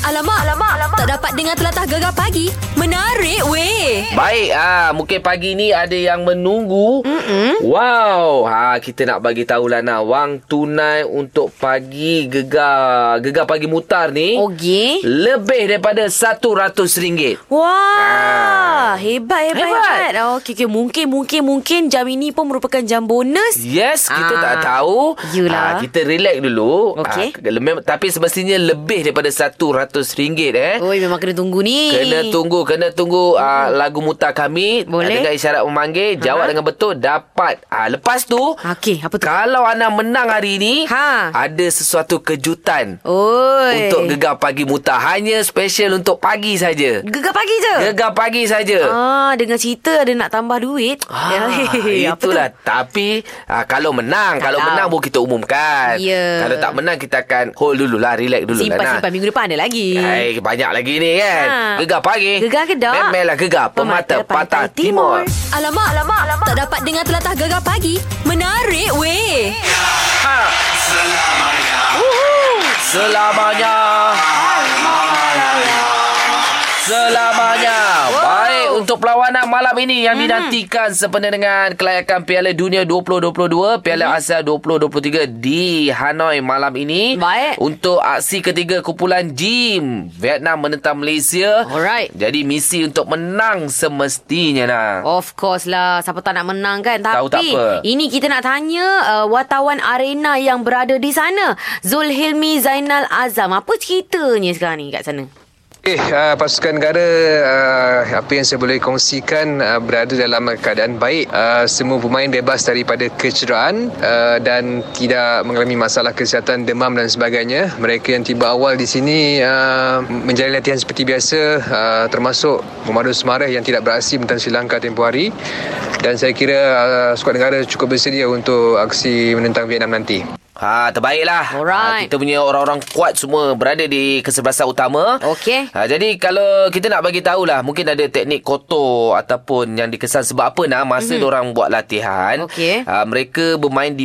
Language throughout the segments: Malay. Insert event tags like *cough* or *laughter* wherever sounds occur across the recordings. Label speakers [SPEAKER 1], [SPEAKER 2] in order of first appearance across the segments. [SPEAKER 1] Alamak, alamak, alamak. Tak dapat dengar telatah gegar pagi. Menarik weh.
[SPEAKER 2] Baik, ah, mungkin pagi ni ada yang menunggu. Mm-mm. Wow, ha, kita nak bagi tahu Lana, wang tunai untuk pagi gegar, gegar pagi mutar ni
[SPEAKER 1] Okey.
[SPEAKER 2] lebih daripada RM100.
[SPEAKER 1] Wah, hebat, hebat,
[SPEAKER 2] Hebat.
[SPEAKER 1] hebat. Oh, okay, okay. Mungkin, mungkin, mungkin jam ini pun merupakan jam bonus.
[SPEAKER 2] Yes, kita
[SPEAKER 1] Ah.
[SPEAKER 2] tak tahu.
[SPEAKER 1] Yelah.
[SPEAKER 2] Ah, kita relax dulu.
[SPEAKER 1] Okey.
[SPEAKER 2] Ah, memang- tapi semestinya lebih daripada RM100 eh.
[SPEAKER 1] Oi, memang kena tunggu ni.
[SPEAKER 2] Kena tunggu, kena tunggu uh, lagu mutar kami Ah,
[SPEAKER 1] Boleh.
[SPEAKER 2] dengan isyarat memanggil, jawab dengan betul dapat. Ah uh, lepas tu
[SPEAKER 1] Okey, apa tu?
[SPEAKER 2] kalau Ana menang hari ini,
[SPEAKER 1] Ha.
[SPEAKER 2] ada sesuatu kejutan
[SPEAKER 1] Oi.
[SPEAKER 2] untuk gegar pagi mutar hanya special untuk pagi saja.
[SPEAKER 1] Gegar pagi je.
[SPEAKER 2] Gegar pagi saja.
[SPEAKER 1] Ah, dengan cerita ada nak tambah duit. *laughs*
[SPEAKER 2] Ah, itulah Tapi ah, Kalau menang Kalau,
[SPEAKER 1] Kalau.
[SPEAKER 2] menang Baru kita umumkan
[SPEAKER 1] Ya.
[SPEAKER 2] Kalau tak menang Kita akan Hold dulu lah Relax dulu lah Nah.
[SPEAKER 1] Simpan-simpan minggu depan ada lagi.
[SPEAKER 2] Hai, banyak lagi ni kan.
[SPEAKER 1] Ha.
[SPEAKER 2] Gegar pagi.
[SPEAKER 1] Gegar kedak.
[SPEAKER 2] Memelah gegar pemata patah timur.
[SPEAKER 1] Alamak, alamak, alamak. Tak dapat dengar telatah gegar pagi. Menarik weh.
[SPEAKER 2] Ha. Uhuh. Selamanya. Selamanya. Baik untuk perlawanan malam ini
[SPEAKER 1] Hmm.
[SPEAKER 2] yang dinantikan sempena dengan kelayakan Piala Dunia 2022,
[SPEAKER 1] Hmm.
[SPEAKER 2] Piala Asia 2023 di Hanoi malam ini.
[SPEAKER 1] Baik.
[SPEAKER 2] Untuk aksi ketiga kumpulan G, Vietnam menentang Malaysia.
[SPEAKER 1] Alright.
[SPEAKER 2] Jadi misi untuk menang semestinya lah.
[SPEAKER 1] Of course lah Siapa tak nak menang kan Tapi
[SPEAKER 2] Tahu tak apa.
[SPEAKER 1] Ini kita nak tanya uh, Wartawan arena yang berada di sana Zulhilmi Zainal Azam Apa ceritanya sekarang ni kat sana?
[SPEAKER 3] Eh, uh, pasukan negara uh, apa yang saya boleh kongsikan uh, berada dalam keadaan baik. Uh, semua pemain bebas daripada kecederaan uh, dan tidak mengalami masalah kesihatan demam dan sebagainya. Mereka yang tiba awal di sini uh, menjalani latihan seperti biasa uh, termasuk pemandu semarah yang tidak beraksi tentang Sri Lanka tempoh hari dan saya kira uh, skuad negara cukup bersedia untuk aksi menentang Vietnam nanti.
[SPEAKER 2] Ha, terbaiklah.
[SPEAKER 1] Alright.
[SPEAKER 2] Ha, kita punya orang-orang kuat semua berada di kesebelasan utama.
[SPEAKER 1] Okey.
[SPEAKER 2] Ha, jadi kalau kita nak bagi tahulah mungkin ada teknik kotor ataupun yang dikesan sebab apa nah masa mm-hmm. orang buat
[SPEAKER 1] Mhm.
[SPEAKER 2] latihan.
[SPEAKER 1] Okey.
[SPEAKER 2] Ha, mereka bermain di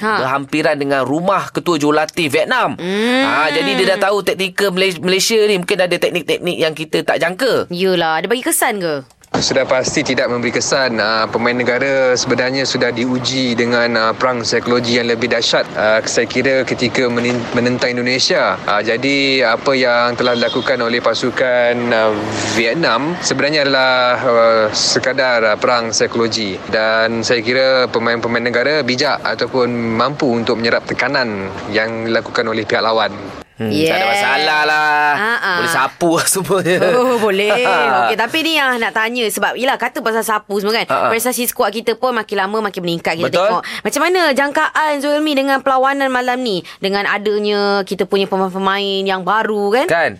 [SPEAKER 1] Ha. Hmm.
[SPEAKER 2] ha. berhampiran dengan rumah ketua jurulatih Vietnam. Mm. Ha, jadi dia dah tahu teknikal Malaysia, Malaysia ni mungkin ada teknik-teknik yang kita tak jangka.
[SPEAKER 1] Yelah Dia bagi kesan ke?
[SPEAKER 3] Sudah pasti tidak memberi kesan uh, pemain negara sebenarnya sudah diuji dengan uh, perang psikologi yang lebih dahsyat uh, saya kira ketika menin- menentang Indonesia. Uh, jadi apa yang telah dilakukan oleh pasukan uh, Vietnam sebenarnya adalah uh, sekadar uh, perang psikologi dan saya kira pemain-pemain negara bijak ataupun mampu untuk menyerap tekanan yang dilakukan oleh pihak lawan.
[SPEAKER 2] Hmm, Tak ada
[SPEAKER 1] Yeah.
[SPEAKER 2] masalah lah.
[SPEAKER 1] Ha-ha.
[SPEAKER 2] Boleh sapu *laughs* Ha. lah semuanya.
[SPEAKER 1] Ha, Oh
[SPEAKER 2] *laughs*
[SPEAKER 1] boleh Okey tapi ni yang nak tanya Sebab yelah kata pasal sapu semua kan
[SPEAKER 2] Ha, ha.
[SPEAKER 1] Prestasi skuad kita pun makin lama makin meningkat Kita
[SPEAKER 2] Betul.
[SPEAKER 1] tengok Macam mana jangkaan Zulmi dengan perlawanan malam ni Dengan adanya kita punya pemain-pemain yang baru kan
[SPEAKER 2] Kan?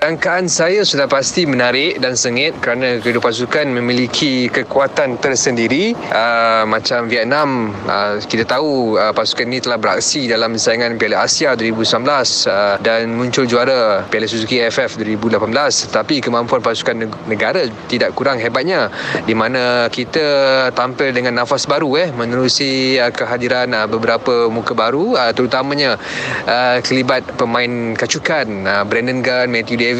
[SPEAKER 3] Angkaan saya sudah pasti menarik dan sengit kerana kedua pasukan memiliki kekuatan tersendiri. Uh, macam Vietnam, uh, kita tahu uh, pasukan ini telah beraksi dalam saingan Piala Asia 2019 uh, dan muncul juara Piala Suzuki AFF 2018. Tapi kemampuan pasukan neg- negara tidak kurang hebatnya di mana kita tampil dengan nafas baru eh menerusi uh, kehadiran uh, beberapa muka baru uh, terutamanya uh, kelibat pemain kacukan uh, Brandon Gunn, Matthew Davis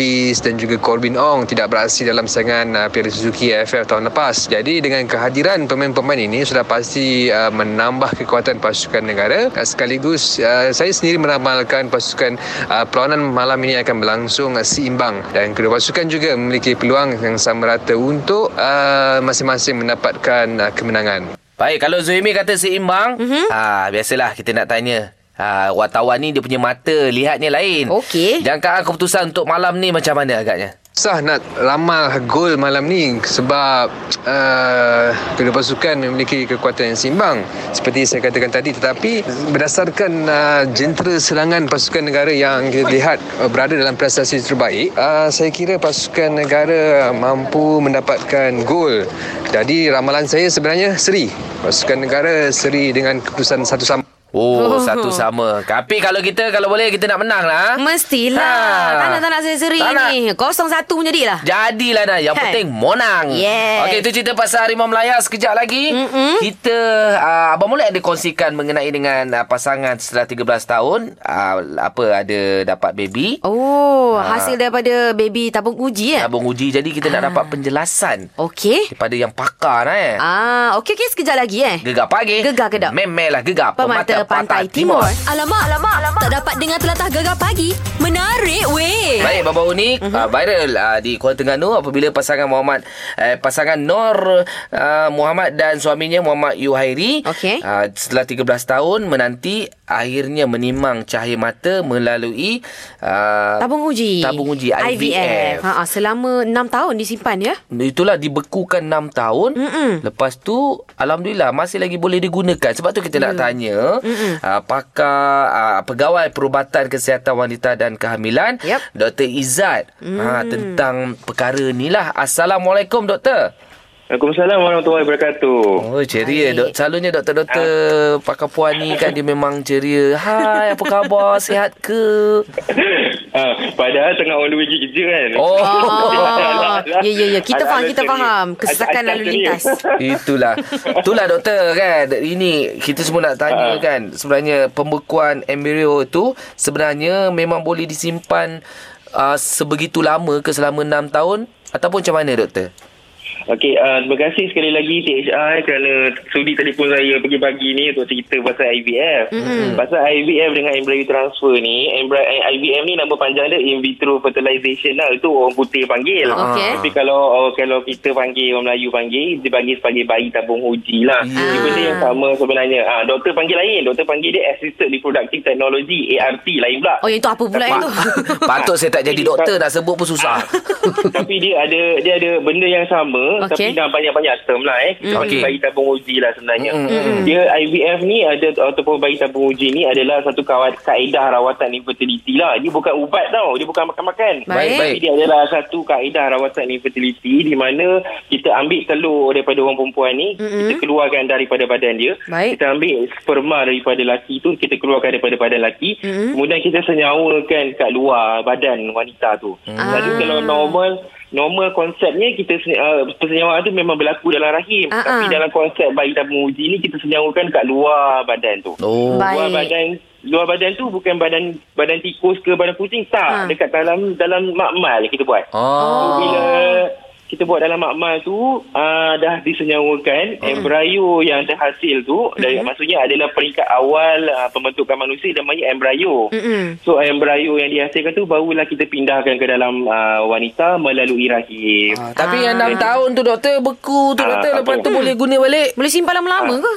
[SPEAKER 3] dan juga Corbin Ong tidak beraksi dalam saingan uh, Piala Suzuki AFF tahun lepas. Jadi dengan kehadiran pemain-pemain ini sudah pasti uh, menambah kekuatan pasukan negara uh, sekaligus uh, saya sendiri meramalkan pasukan uh, perlawanan malam ini akan berlangsung uh, seimbang dan kedua pasukan juga memiliki peluang yang sama rata untuk uh, masing-masing mendapatkan uh, kemenangan.
[SPEAKER 2] Baik, kalau Zuhimi kata seimbang,
[SPEAKER 1] Mhm.
[SPEAKER 2] mm-hmm. ha, biasalah kita nak tanya. Ha, wartawan ni dia punya mata, lihatnya lain.
[SPEAKER 1] Okey.
[SPEAKER 2] Jangkaan keputusan untuk malam ni macam mana agaknya?
[SPEAKER 3] Sah nak ramal gol malam ni sebab uh, kedua pasukan memiliki kekuatan yang seimbang seperti saya katakan tadi tetapi berdasarkan uh, jentera serangan pasukan negara yang kita lihat uh, berada dalam prestasi terbaik uh, saya kira pasukan negara mampu mendapatkan gol jadi ramalan saya sebenarnya seri pasukan negara seri dengan keputusan satu sama
[SPEAKER 2] Oh,
[SPEAKER 1] Oh.
[SPEAKER 2] oh, satu sama. Tapi kalau kita, kalau boleh kita nak menang lah.
[SPEAKER 1] Mestilah
[SPEAKER 2] Ha.
[SPEAKER 1] Tak nak tak nak seri
[SPEAKER 2] Tak nak.
[SPEAKER 1] ni 01 punya dia lah
[SPEAKER 2] Jadilah dah Yang
[SPEAKER 1] Kan?
[SPEAKER 2] penting monang
[SPEAKER 1] Yes.
[SPEAKER 2] Okey itu cerita pasal Harimau Melaya Sekejap lagi
[SPEAKER 1] Mm-mm.
[SPEAKER 2] Kita uh, Abang Molek ada kongsikan Mengenai dengan ha, uh, pasangan Setelah 13 tahun uh, Apa Ha, ada dapat baby
[SPEAKER 1] Oh,
[SPEAKER 2] Ah.
[SPEAKER 1] hasil hasil daripada baby tabung uji ya?
[SPEAKER 2] Tabung uji Jadi kita nak dapat penjelasan
[SPEAKER 1] Okey.
[SPEAKER 2] Daripada yang pakar lah eh
[SPEAKER 1] Ah, okey okey sekejap lagi eh.
[SPEAKER 2] Gegar pagi lah,
[SPEAKER 1] Gegar kedap.
[SPEAKER 2] Memelah gegar
[SPEAKER 1] Pemata Pantai Timur.
[SPEAKER 4] Alamak, alamak, alamak. Tak dapat dengar telatah gegar pagi. Menarik weh.
[SPEAKER 2] Baik baru-baru ni
[SPEAKER 1] Mhm.
[SPEAKER 2] uh-huh. uh, viral uh, di Kuala Terengganu apabila pasangan Muhammad uh, pasangan Nor uh, Muhammad dan suaminya Muhammad Yuhairi
[SPEAKER 1] Okey.
[SPEAKER 2] uh, setelah 13 tahun menanti akhirnya menimang cahaya mata melalui uh,
[SPEAKER 1] Tabung uji.
[SPEAKER 2] Tabung uji, IVF.
[SPEAKER 1] Ha, selama 6 tahun disimpan
[SPEAKER 2] *laughs*
[SPEAKER 1] ya.
[SPEAKER 2] Itulah dibekukan 6 tahun
[SPEAKER 1] Mm-mm.
[SPEAKER 2] Lepas tu Alhamdulillah Masih lagi boleh digunakan Sebab tu kita nak tanya uh, Pakar uh, Pegawai Perubatan Kesihatan Wanita dan Kehamilan
[SPEAKER 1] Yep.
[SPEAKER 2] Dr. Izzat mm. ha, Tentang perkara ni lah Assalamualaikum doktor
[SPEAKER 5] Waalaikumsalam warahmatullahi wabarakatuh.
[SPEAKER 2] Oh ceria
[SPEAKER 1] Baik.
[SPEAKER 2] dok, Selalunya doktor-doktor Pakar puan ni kan Dia memang ceria Hai apa khabar Sihat ke
[SPEAKER 5] *laughs* Ah, padahal tengah on the way kerja kan. *laughs*
[SPEAKER 2] Oh.
[SPEAKER 1] Oh, ya ya ya. Kita
[SPEAKER 5] Ada-
[SPEAKER 1] faham,
[SPEAKER 5] ada
[SPEAKER 1] kita
[SPEAKER 5] teori.
[SPEAKER 1] faham.
[SPEAKER 5] Ada-
[SPEAKER 1] Kesesakan
[SPEAKER 5] ada
[SPEAKER 1] lalu
[SPEAKER 5] teori.
[SPEAKER 1] lintas.
[SPEAKER 2] Itulah Itulah doktor kan Ini kita semua nak tanya
[SPEAKER 5] Ha.
[SPEAKER 2] kan Sebenarnya pembekuan embrio tu Sebenarnya memang boleh disimpan uh, Sebegitu lama ke selama 6 tahun Ataupun macam mana doktor?
[SPEAKER 5] Okey, uh, terima kasih sekali lagi THI kerana sudi telefon saya pagi-pagi ni untuk cerita pasal IVF. Mm-hmm. Pasal IVF dengan embryo transfer ni, embry- eh, IVF ni nama panjang dia in vitro fertilization lah. Itu orang putih panggil.
[SPEAKER 1] Okey.
[SPEAKER 5] Tapi kalau oh, kalau kita panggil, orang Melayu panggil, dia panggil sebagai bayi tabung uji lah.
[SPEAKER 2] Ya.
[SPEAKER 5] Yeah. Benda yang sama sebenarnya. Ah, doktor panggil lain. Doktor panggil dia Assisted Reproductive Technology, ART lain pula.
[SPEAKER 1] Oh, yang tu apa pula yang tu?
[SPEAKER 2] *laughs* Patut saya tak jadi doktor Nak sebut pun susah
[SPEAKER 5] *laughs* tapi dia ada dia ada benda yang sama
[SPEAKER 1] Okey. Hmm.
[SPEAKER 5] okay. tapi dalam banyak-banyak term lah eh kita
[SPEAKER 2] Okey.
[SPEAKER 5] okay. bayi tabung uji lah sebenarnya
[SPEAKER 2] Mm, mm,
[SPEAKER 5] dia IVF ni ada ataupun bayi tabung uji ni adalah satu kawat kaedah rawatan infertility lah dia bukan ubat tau dia bukan makan-makan
[SPEAKER 1] Baik. Baik,
[SPEAKER 2] baik.
[SPEAKER 5] Tapi dia adalah satu kaedah rawatan infertility di mana kita ambil telur daripada orang perempuan ni
[SPEAKER 1] Mm-mm.
[SPEAKER 5] kita keluarkan daripada badan dia
[SPEAKER 1] Hmm, Baik.
[SPEAKER 5] kita ambil sperma daripada laki tu kita keluarkan daripada badan laki
[SPEAKER 1] Mm-mm.
[SPEAKER 5] kemudian kita senyawakan kat luar badan wanita tu Lalu
[SPEAKER 1] Ah.
[SPEAKER 5] kalau normal normal konsepnya kita sen- uh, persenyawaan tu memang berlaku dalam rahim.
[SPEAKER 1] Ah,
[SPEAKER 5] Tapi
[SPEAKER 1] ah.
[SPEAKER 5] dalam konsep bayi tabung uji ni kita senyawakan kat luar badan tu.
[SPEAKER 2] *laughs* Oh
[SPEAKER 1] Baik.
[SPEAKER 5] Luar badan luar badan tu bukan badan badan tikus ke badan kucing
[SPEAKER 1] Ah.
[SPEAKER 5] tak. Dekat dalam dalam makmal kita buat.
[SPEAKER 2] Oh
[SPEAKER 5] Bila kita buat dalam makmal tu uh, dah disenyawakan
[SPEAKER 1] Hmm.
[SPEAKER 5] embrio yang terhasil tu dari, maksudnya adalah peringkat awal uh, pembentukan manusia namanya embrio.
[SPEAKER 1] *laughs* Mm-mm.
[SPEAKER 5] So embrio yang dihasilkan tu barulah kita pindahkan ke dalam uh, wanita melalui rahim.
[SPEAKER 2] Ah, Tapi yang 6 tahun tu doktor Beku tu
[SPEAKER 5] Ah,
[SPEAKER 2] doktor Lepas
[SPEAKER 5] betul.
[SPEAKER 2] tu boleh guna balik
[SPEAKER 1] Boleh simpan lama-lama ke?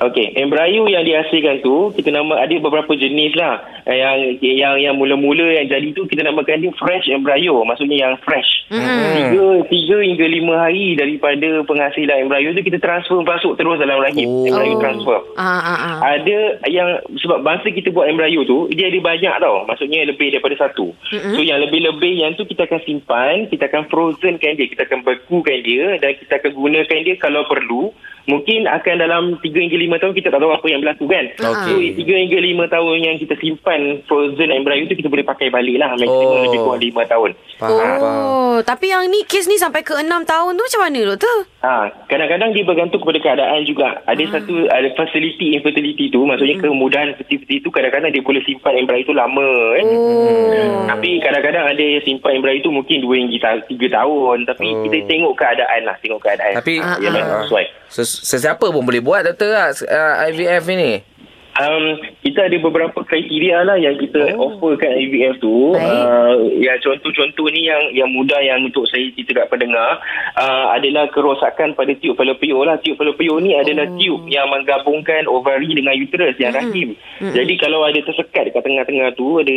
[SPEAKER 5] Okey, embrio yang dihasilkan tu kita nama ada beberapa jenis lah. Eh, Yang yang yang mula-mula yang jadi tu kita namakan dia fresh embrio, maksudnya yang fresh.
[SPEAKER 1] Mm.
[SPEAKER 5] Tiga, tiga hingga lima hari daripada penghasilan embrio tu kita transfer masuk terus dalam rahim.
[SPEAKER 2] Oh.
[SPEAKER 5] Embrio transfer.
[SPEAKER 1] Ah ah ah.
[SPEAKER 5] Ada yang sebab bangsa kita buat embrio tu dia ada banyak tau maksudnya lebih daripada satu mm-hmm. so yang lebih-lebih yang tu kita akan simpan kita akan frozenkan dia kita akan bekukan dia dan kita akan gunakan dia kalau perlu mungkin akan dalam 3 hingga 5 tahun kita tak tahu apa yang berlaku kan
[SPEAKER 2] Okey.
[SPEAKER 5] so 3 hingga 5 tahun yang kita simpan frozen embrio tu kita boleh pakai balik lah maksimum
[SPEAKER 2] Oh.
[SPEAKER 5] oh. lebih kurang 5 tahun
[SPEAKER 1] Oh, tapi yang ni kes ni sampai ke 6 tahun tu macam mana doktor?
[SPEAKER 5] Ha, kadang-kadang dia bergantung kepada keadaan juga. Ada hmm. satu ada facility infertility tu, maksudnya hmm. kemudahan fertility tu kadang-kadang dia boleh simpan embryo itu lama kan.
[SPEAKER 1] Oh.
[SPEAKER 5] Tapi kadang-kadang ada yang simpan embryo itu mungkin 2 hingga ta- 3 tahun. Tapi
[SPEAKER 2] Oh.
[SPEAKER 5] oh. kita tengok keadaan lah. Tengok keadaan.
[SPEAKER 2] Tapi
[SPEAKER 5] Ah, ialah,
[SPEAKER 2] ah.
[SPEAKER 5] sesuai.
[SPEAKER 2] Ses- Sesiapa pun boleh buat doktor lah uh, IVF ini
[SPEAKER 5] Um, kita ada beberapa kriteria lah yang kita oh. offer kat IVF tu.
[SPEAKER 1] Baik.
[SPEAKER 5] Uh, ya contoh-contoh ni yang yang mudah yang untuk saya cerita kat pendengar uh, adalah kerosakan pada tiub falopio lah. Tiub falopio ni adalah oh. tiub yang menggabungkan ovari dengan uterus yang rahim. Jadi kalau ada tersekat dekat tengah-tengah tu ada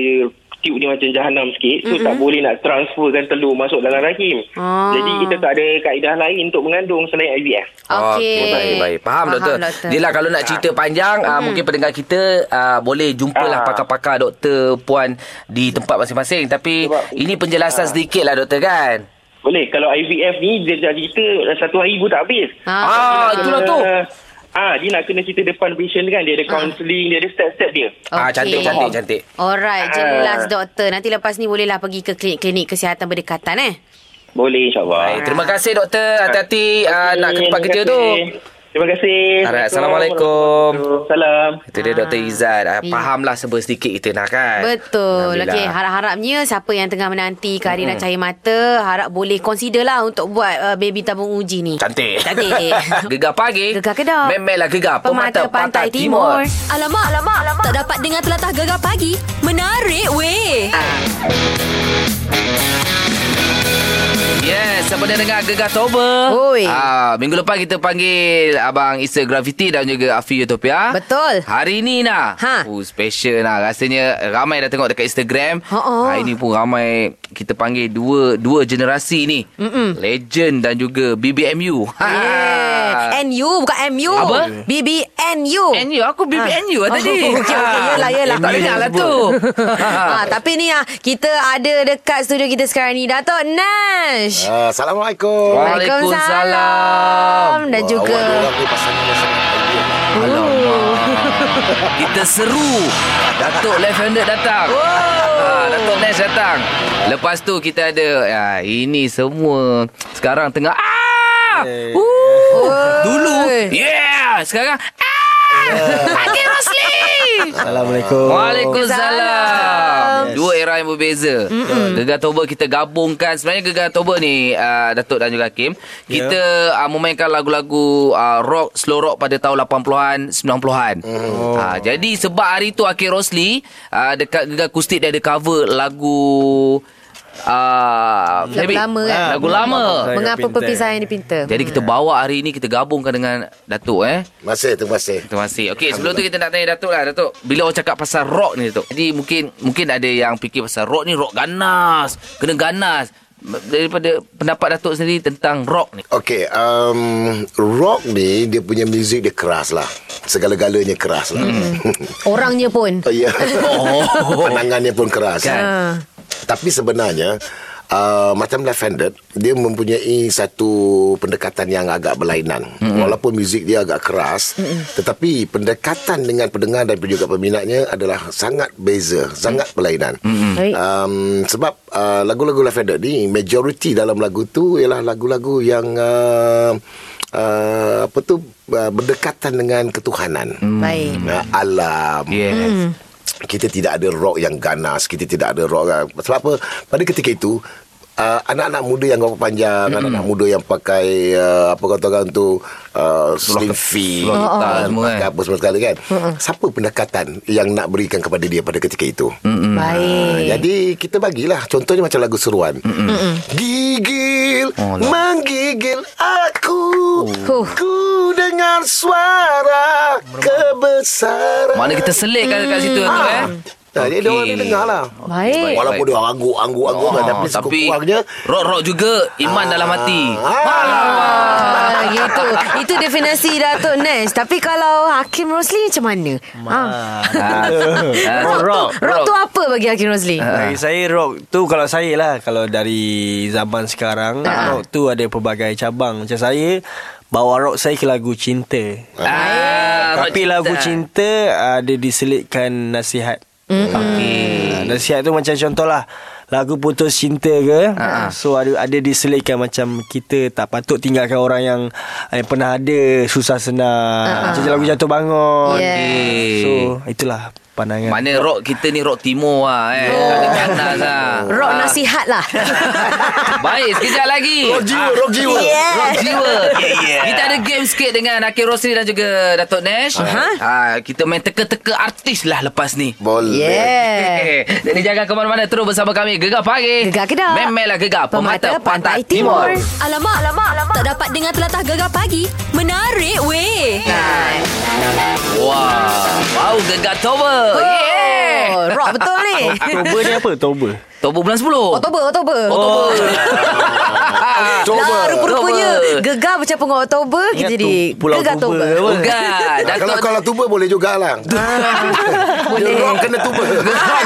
[SPEAKER 5] tiub ni macam jahanam sikit so tak boleh nak transferkan telur masuk dalam rahim.
[SPEAKER 1] Ah.
[SPEAKER 5] Jadi kita tak ada kaedah lain untuk mengandung selain IVF.
[SPEAKER 1] Okey.
[SPEAKER 2] Baik, baik. Faham, doktor. doktor. Yelah, kalau nak cerita panjang,
[SPEAKER 1] Hmm.
[SPEAKER 2] ah, mungkin pendengar kita ah, boleh jumpalah
[SPEAKER 5] Ah.
[SPEAKER 2] pakar-pakar doktor puan di tempat masing-masing. Tapi
[SPEAKER 5] Sebab- Ah.
[SPEAKER 2] ini penjelasan sedikit lah, doktor kan?
[SPEAKER 5] Boleh kalau IVF ni dia dah cerita eh, satu hari pun tak habis.
[SPEAKER 1] Ah,
[SPEAKER 2] Ah, itulah tu.
[SPEAKER 5] Ah, dia nak kena cerita depan patient kan. Dia ada counselling, dia ada step-step dia.
[SPEAKER 2] Ah,
[SPEAKER 1] Okey.
[SPEAKER 2] cantik, cantik, cantik.
[SPEAKER 1] Alright,
[SPEAKER 5] Ah.
[SPEAKER 1] jelas doktor. Nanti lepas ni bolehlah pergi ke klinik-klinik kesihatan berdekatan eh.
[SPEAKER 5] Boleh insyaAllah.
[SPEAKER 2] Baik, terima kasih doktor. Hati-hati ah, nak ke tempat
[SPEAKER 5] Terima
[SPEAKER 2] kerja tu.
[SPEAKER 5] kasih. Terima kasih.
[SPEAKER 2] Alright, Assalamualaikum.
[SPEAKER 5] Salam.
[SPEAKER 2] Itu dia Dr. Izzat. Ah, Fahamlah sebab sedikit kita nak kan.
[SPEAKER 1] Betul.
[SPEAKER 2] Alhamdulillah.
[SPEAKER 1] Okey, harap-harapnya siapa yang tengah menanti Karina Cahaya Mata harap boleh consider lah untuk buat uh, baby tabung uji ni.
[SPEAKER 2] Cantik.
[SPEAKER 1] Cantik.
[SPEAKER 2] *laughs*
[SPEAKER 1] lah
[SPEAKER 2] gegar pagi.
[SPEAKER 1] Gegar Kedah.
[SPEAKER 2] Memelah gegar.
[SPEAKER 1] Pemata Pantai Timur.
[SPEAKER 4] Alamak, alamak, alamak. Tak dapat dengar telatah gegar pagi. Menarik weh.
[SPEAKER 2] Yes, siapa dia dengar Gegar Toba?
[SPEAKER 1] Oi.
[SPEAKER 2] Ah, minggu lepas kita panggil Abang Isa Graffiti dan juga Afi Utopia.
[SPEAKER 1] Betul.
[SPEAKER 2] Hari ni nah.
[SPEAKER 1] Ha.
[SPEAKER 2] Oh, special nah. Rasanya ramai dah tengok dekat Instagram.
[SPEAKER 1] Ha-ha.
[SPEAKER 2] Hari ni pun ramai kita panggil dua dua generasi ni. Mm-mm. Legend dan juga BBMU. *laughs* Ha.
[SPEAKER 6] Ah.
[SPEAKER 1] Yeah. NU bukan MU.
[SPEAKER 2] Apa?
[SPEAKER 1] BBNU.
[SPEAKER 2] NU aku BBNU
[SPEAKER 1] Ah.
[SPEAKER 2] ha. tadi.
[SPEAKER 1] Oh, okey, okey.
[SPEAKER 2] *laughs*
[SPEAKER 1] Yelah, yelah.
[SPEAKER 2] Tak dengar lah
[SPEAKER 1] *laughs*
[SPEAKER 2] tu. *laughs*
[SPEAKER 1] ha, tapi ni ah kita ada dekat studio kita sekarang ni Datuk Nash.
[SPEAKER 6] Ah, Assalamualaikum.
[SPEAKER 2] Waalaikumsalam.
[SPEAKER 1] Dan
[SPEAKER 6] Wah,
[SPEAKER 1] juga
[SPEAKER 6] awak dua orang ni pasangan yang sangat ideal.
[SPEAKER 2] Alamak. Kita seru. Datuk Left-Handed datang. Ah, Datuk Nash datang. Lepas tu kita ada ah, ini semua sekarang tengah ah!
[SPEAKER 6] Eh.
[SPEAKER 2] Uh. Dulu yeah, sekarang ah! Pakil Rosli.
[SPEAKER 6] Assalamualaikum.
[SPEAKER 2] Waalaikumsalam.
[SPEAKER 6] Yes.
[SPEAKER 2] Dua era yang berbeza. Gegar Toba kita gabungkan. Sebenarnya Gegar Toba ni uh, Datuk dan juga Hakim, kita yeah. uh, memainkan lagu-lagu uh, rock, slow rock pada tahun 80-an, 90-an. Oh. Uh, jadi sebab hari tu Akhil Rosli uh, dekat Gegar Kustik dia ada cover lagu Uh,
[SPEAKER 1] Lagu lama kan?
[SPEAKER 2] Lagu lama
[SPEAKER 1] mengapa
[SPEAKER 7] pintar.
[SPEAKER 1] perpisahan ini pinta?
[SPEAKER 2] Jadi kita bawa hari ni Kita gabungkan dengan Datuk eh
[SPEAKER 6] Terima kasih, terima kasih.
[SPEAKER 2] Terima kasih. Okey, sebelum tu kita nak tanya Datuk lah. Datuk, bila orang cakap pasal rock ni, Datuk. Jadi mungkin mungkin ada yang fikir pasal rock ni, rock ganas. Kena ganas. Daripada pendapat Datuk sendiri tentang rock ni.
[SPEAKER 6] Okey, um, rock ni dia punya muzik dia keras lah. Segala-galanya keras lah.
[SPEAKER 1] Orangnya pun.
[SPEAKER 6] *laughs* Oh, ya.
[SPEAKER 7] Oh.
[SPEAKER 6] Penangannya pun keras.
[SPEAKER 2] Kan?
[SPEAKER 6] Tapi sebenarnya Uh, macam left-handed Dia mempunyai satu pendekatan yang agak berlainan mm-hmm. Walaupun muzik dia agak keras mm-hmm. Tetapi pendekatan dengan pendengar dan juga peminatnya Adalah sangat beza Sangat berlainan mm-hmm.
[SPEAKER 1] Baik.
[SPEAKER 6] um, Sebab uh, lagu-lagu left-handed ni Majority dalam lagu tu Ialah lagu-lagu yang uh, uh, Apa tu uh, Berdekatan dengan ketuhanan
[SPEAKER 2] Hmm.
[SPEAKER 6] mm.
[SPEAKER 1] Baik.
[SPEAKER 6] uh, Alam
[SPEAKER 2] *laughs* Yes.
[SPEAKER 6] kita tidak ada rock yang ganas kita tidak ada rock yang, sebab apa pada ketika itu Uh, anak-anak muda yang rambut panjang
[SPEAKER 2] Hmm.
[SPEAKER 6] mm-hmm. anak-anak muda yang pakai uh, apa kata orang tu uh, slim fit
[SPEAKER 2] seluar ketat
[SPEAKER 6] kan,
[SPEAKER 2] semua
[SPEAKER 6] pakai
[SPEAKER 2] kan.
[SPEAKER 6] apa semua sekali kan siapa pendekatan yang nak berikan kepada dia pada ketika itu mm-hmm.
[SPEAKER 1] Mm. Baik.
[SPEAKER 2] Hmm.
[SPEAKER 6] jadi kita bagilah contohnya macam lagu seruan mm-hmm. gigil
[SPEAKER 2] Oh, lah. Oh.
[SPEAKER 6] menggigil aku
[SPEAKER 1] Huh.
[SPEAKER 6] ku dengar suara kebesaran
[SPEAKER 2] Mana kita selitkan dekat situ, Datuk eh?
[SPEAKER 6] Ah, Jadi
[SPEAKER 2] Okey.
[SPEAKER 6] dia orang
[SPEAKER 2] Oh, Ah,
[SPEAKER 6] dia dengar lah
[SPEAKER 1] Hmm. Baik.
[SPEAKER 6] Walaupun dia angguk Angguk Angguk kan Tapi sekurang-kurangnya
[SPEAKER 2] rock-rock juga iman dalam hati.
[SPEAKER 1] Ah, gitu. Itu definisi Datuk Nash. Tapi kalau Hakim Rosli macam mana? Ha.
[SPEAKER 2] Ah.
[SPEAKER 1] Rock,
[SPEAKER 7] rock,
[SPEAKER 1] tu, rock
[SPEAKER 2] rock.
[SPEAKER 1] tu Ah. apa bagi Hakim Rosli?
[SPEAKER 2] Ah.
[SPEAKER 7] Bagi saya rock tu kalau saya lah kalau dari zaman sekarang
[SPEAKER 2] Ah.
[SPEAKER 7] rock tu ada pelbagai cabang. Macam saya bawa rock saya ke lagu cinta.
[SPEAKER 2] Ah, rock
[SPEAKER 7] Tapi lagu cinta ada diselitkan nasihat.
[SPEAKER 2] Okey.
[SPEAKER 7] Ah, Nasihat tu macam contohlah lagu putus cinta ke
[SPEAKER 2] Ha.
[SPEAKER 7] so ada ada diselitkan macam kita tak patut tinggalkan orang yang eh, pernah ada susah senang macam lagu jatuh
[SPEAKER 2] Ah.
[SPEAKER 7] bangun
[SPEAKER 2] Yes.
[SPEAKER 7] so itulah pandangan
[SPEAKER 2] Mana rock kita ni rock timur lah eh. Tak ada ganas lah.
[SPEAKER 1] Rock
[SPEAKER 2] Ah.
[SPEAKER 1] nasihat *laughs* lah.
[SPEAKER 2] *laughs* Baik, sekejap lagi. Ah.
[SPEAKER 6] Rock jiwa Rock jiwa
[SPEAKER 1] Yeah.
[SPEAKER 2] Rock jiwa yeah. Kita ada game sikit Dengan Akhil Rosli Dan juga Datuk Nash
[SPEAKER 1] Aha.
[SPEAKER 2] ha, Kita main teka-teka artis lah Lepas ni
[SPEAKER 6] Boleh
[SPEAKER 1] Yeah.
[SPEAKER 2] Eh, Jadi jangan ke mana-mana Terus bersama kami Gegar pagi
[SPEAKER 1] Gegar Kedah.
[SPEAKER 2] Memelah gegar Pemata, Pantai, Timur, Timur.
[SPEAKER 4] Alamak, alamak, alamak. Tak dapat dengar telatah gegar pagi. Menarik weh.
[SPEAKER 2] Wah Wow Gegar Toba Yeah
[SPEAKER 1] Oh, rock betul
[SPEAKER 2] *laughs*
[SPEAKER 1] ni. Oh,
[SPEAKER 7] Toba ni apa? Toba.
[SPEAKER 2] Toba bulan 10
[SPEAKER 1] Oktober, Oktober.
[SPEAKER 2] Oh,
[SPEAKER 1] *laughs*
[SPEAKER 2] Oktober
[SPEAKER 1] Lah, rupa-rupanya
[SPEAKER 2] Oktober.
[SPEAKER 1] gegar macam pengok Oktober kita
[SPEAKER 7] Ingat
[SPEAKER 1] jadi
[SPEAKER 7] tu, Pulau
[SPEAKER 1] gegar
[SPEAKER 7] Toba.
[SPEAKER 1] Oktober.
[SPEAKER 2] Gegar
[SPEAKER 6] Ah, Kalau
[SPEAKER 2] Datuk
[SPEAKER 6] kalau tuba boleh
[SPEAKER 2] *laughs*
[SPEAKER 6] jugalah Dia rock kena tuba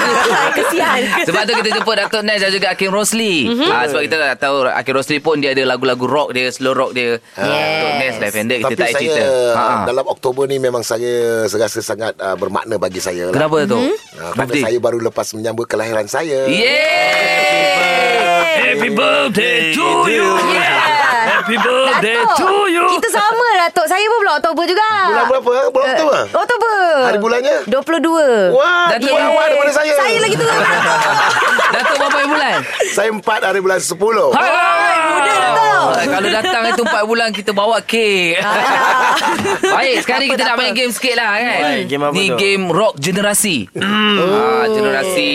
[SPEAKER 2] *laughs*
[SPEAKER 1] Kesian.
[SPEAKER 2] Sebab tu kita jumpa Datuk Nash dan juga Hakim Rosli. Mm-hmm. Ah, sebab kita dah tahu Hakim Rosli pun dia ada lagu-lagu rock dia, slow rock dia. Yes. Ah, Datuk Nash Lavender kita
[SPEAKER 6] Tapi
[SPEAKER 2] tak payah
[SPEAKER 6] saya
[SPEAKER 2] cerita. Ha.
[SPEAKER 6] ah, Dalam Oktober ni Memang saya Serasa sangat ah, Bermakna bagi saya lah.
[SPEAKER 2] Kenapa tu?
[SPEAKER 6] Ah, Kerana
[SPEAKER 2] Birthday.
[SPEAKER 6] saya baru lepas Menyambut kelahiran saya
[SPEAKER 2] Yeah. Happy birthday to you. Yeah. Happy birthday to you.
[SPEAKER 1] Datuk, kita sama Datuk. Saya saya pun bulan Oktober juga.
[SPEAKER 6] Bulan berapa? Bulan
[SPEAKER 1] Eh,
[SPEAKER 6] Oktober?
[SPEAKER 1] Oktober.
[SPEAKER 6] Hari Oh, bulannya?
[SPEAKER 1] 22.
[SPEAKER 6] Wah,
[SPEAKER 2] Datuk
[SPEAKER 6] dia
[SPEAKER 2] Yeay.
[SPEAKER 6] awal daripada saya.
[SPEAKER 1] Saya lagi tua.
[SPEAKER 2] *laughs* Datuk berapa bulan?
[SPEAKER 6] Saya empat hari bulan sepuluh.
[SPEAKER 2] Ha? Hai,
[SPEAKER 1] muda dah kau.
[SPEAKER 2] Ah. *laughs* Kalau datang itu 4 bulan Kita bawa kek *laughs* Baik sekarang
[SPEAKER 1] Tak Ah. apa,
[SPEAKER 2] kita nak
[SPEAKER 1] tak
[SPEAKER 2] main game sikit lah kan
[SPEAKER 7] Baik, game apa
[SPEAKER 2] Ni
[SPEAKER 7] tu? Oh.
[SPEAKER 2] game rock generasi hmm. ah, Generasi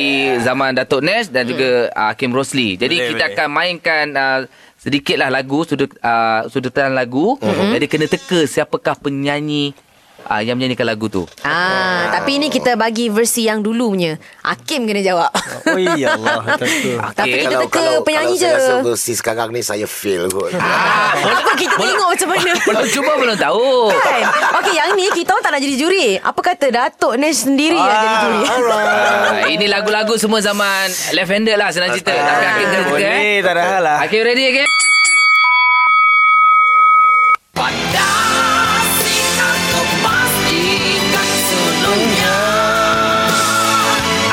[SPEAKER 2] zaman Datuk Nash Dan juga ah, Hakim Rosli Jadi
[SPEAKER 7] Hmm. Boleh,
[SPEAKER 2] kita
[SPEAKER 7] boleh.
[SPEAKER 2] akan mainkan ah, Sedikit lah lagu Sudut, ah, Sudutan lagu
[SPEAKER 1] Hmm.
[SPEAKER 2] Jadi kena teka Siapakah penyanyi ah, Yang menyanyikan lagu tu
[SPEAKER 1] *laughs* Ah, tapi ni kita bagi versi yang dulu punya. Hakim kena jawab.
[SPEAKER 7] Oh ya Allah Tentu
[SPEAKER 1] *laughs* Tapi kita teka Eh, penyanyi
[SPEAKER 6] kalau
[SPEAKER 1] je.
[SPEAKER 6] Kalau saya rasa versi sekarang ni saya fail kot. Ah,
[SPEAKER 1] Apa kita tengok macam mana?
[SPEAKER 2] Belum cuba belum
[SPEAKER 7] *laughs*
[SPEAKER 2] tahu
[SPEAKER 1] Kan? Okey, yang ni kita orang tak nak jadi juri. Apa kata Datuk Nash sendiri yang jadi juri?
[SPEAKER 2] Ah, ini lagu-lagu semua zaman left handed lah senang cerita. Tapi Hakim kena teka eh.
[SPEAKER 7] Boleh tak ada hal
[SPEAKER 1] Ah.
[SPEAKER 7] lah
[SPEAKER 2] Hakim ready Hakim?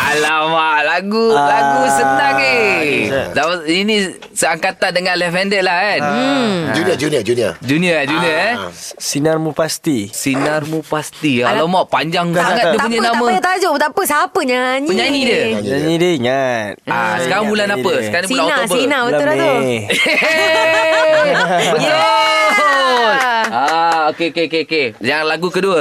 [SPEAKER 2] Alamak, lagu
[SPEAKER 7] Ah,
[SPEAKER 2] lagu senang ke.
[SPEAKER 7] okey,
[SPEAKER 2] Dah- Ini seangkatan dengan left handed lah kan.
[SPEAKER 1] Ah.
[SPEAKER 6] Junior, junior, junior.
[SPEAKER 2] Junior eh, junior eh.
[SPEAKER 7] Sinarmu pasti
[SPEAKER 2] Sinarmu pasti. Alamak panjang sangat dia
[SPEAKER 1] tak
[SPEAKER 2] punya
[SPEAKER 1] apa,
[SPEAKER 2] nama.
[SPEAKER 1] Tak payah tajuk. Tak apa, siapa nyanyi?
[SPEAKER 2] Penyanyi dia.
[SPEAKER 7] Nyanyi dia ingat
[SPEAKER 2] Ah, sekarang
[SPEAKER 7] Ingat
[SPEAKER 2] bulan
[SPEAKER 7] nyanyi
[SPEAKER 2] apa?
[SPEAKER 7] dia.
[SPEAKER 2] Sekarang lah bulan
[SPEAKER 1] Sina,
[SPEAKER 2] Oktober.
[SPEAKER 1] Sina. Betul
[SPEAKER 7] Bulan
[SPEAKER 1] dah tu.
[SPEAKER 7] Mei.
[SPEAKER 1] *laughs*
[SPEAKER 2] Hey! Betul. Ah, okey okey okey okey. Yang lagu kedua.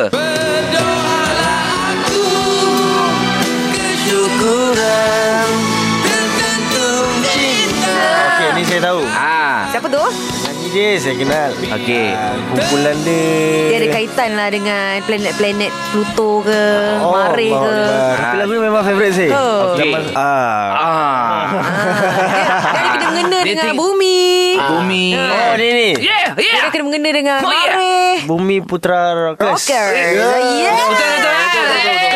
[SPEAKER 7] Okey ni saya tahu
[SPEAKER 2] Ah.
[SPEAKER 1] Siapa tu?
[SPEAKER 7] Nyanyi dia saya kenal
[SPEAKER 2] Okey.
[SPEAKER 7] Ah, Kumpulan dia
[SPEAKER 1] Dia ada kaitan lah dengan planet-planet Pluto ke,
[SPEAKER 4] Ah.
[SPEAKER 1] oh, Mare
[SPEAKER 7] Allahu
[SPEAKER 1] ke.
[SPEAKER 7] Akbar. Tapi lagu ni memang favourite saya
[SPEAKER 2] Ah. Oh. Okey.
[SPEAKER 7] Ah.
[SPEAKER 2] Ah.
[SPEAKER 1] Ha, Dia ada kena mengena
[SPEAKER 2] Dia
[SPEAKER 1] dengan
[SPEAKER 2] ting-
[SPEAKER 1] bumi.
[SPEAKER 2] Bumi.
[SPEAKER 7] Oh ni ni
[SPEAKER 2] Yeah,
[SPEAKER 1] Dia ada
[SPEAKER 2] yeah.
[SPEAKER 1] kena mengena dengan
[SPEAKER 2] Oh, yeah.
[SPEAKER 1] Mare.
[SPEAKER 7] Bumi Putra Eh, Rockers
[SPEAKER 1] Rocker. Yeah.
[SPEAKER 2] Betul betul. Hey!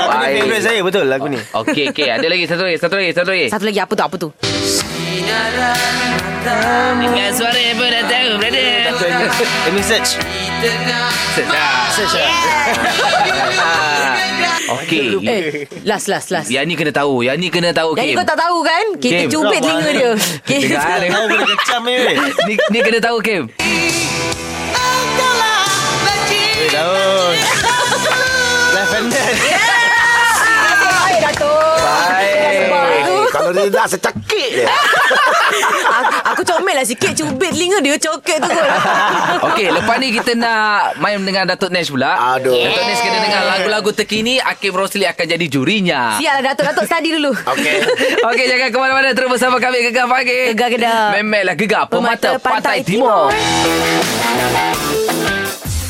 [SPEAKER 7] Lagu ni
[SPEAKER 2] Baik.
[SPEAKER 7] favourite saya betul lagu
[SPEAKER 2] *laughs*
[SPEAKER 7] ni
[SPEAKER 2] Okey okey, ada lagi satu lagi, satu lagi, satu lagi.
[SPEAKER 1] Satu lagi apa tu? Apa tu?
[SPEAKER 2] Dengan suara yang pun dah tahu, brother.
[SPEAKER 7] Ini search
[SPEAKER 2] Sedap. Ah. Okey.
[SPEAKER 1] Eh, last last last.
[SPEAKER 2] Yang ni kena tahu, yang ni kena tahu.
[SPEAKER 1] Jadi
[SPEAKER 2] Kim.
[SPEAKER 1] kau tak tahu kan? Kita
[SPEAKER 2] Game.
[SPEAKER 1] cubit telinga dia. Kita
[SPEAKER 2] *laughs* Dengar, ah, dengar.
[SPEAKER 7] Kau boleh kecam ni weh.
[SPEAKER 2] ni, ni kena tahu Kim
[SPEAKER 7] Daun Lavender
[SPEAKER 1] Baik Datuk.
[SPEAKER 2] Baik
[SPEAKER 6] Eh, kalau dia dah secakit dia.
[SPEAKER 1] Aku, aku comel lah sikit cubit telinga dia cokek tu
[SPEAKER 2] *laughs*
[SPEAKER 1] kot.
[SPEAKER 2] Okey, lepas ni kita nak main dengan Datuk Nash pula.
[SPEAKER 6] Aduh.
[SPEAKER 2] Datuk Nash kena dengar lagu-lagu terkini. Hakim Rosli akan jadi jurinya.
[SPEAKER 1] Siaplah Datuk. Datuk study dulu.
[SPEAKER 6] Okey.
[SPEAKER 2] Okey, jangan ke mana-mana. Terus bersama kami Gegar Pagi.
[SPEAKER 1] Gegar Kedah.
[SPEAKER 2] Memelah Gegar Pemata, Pantai, Timur.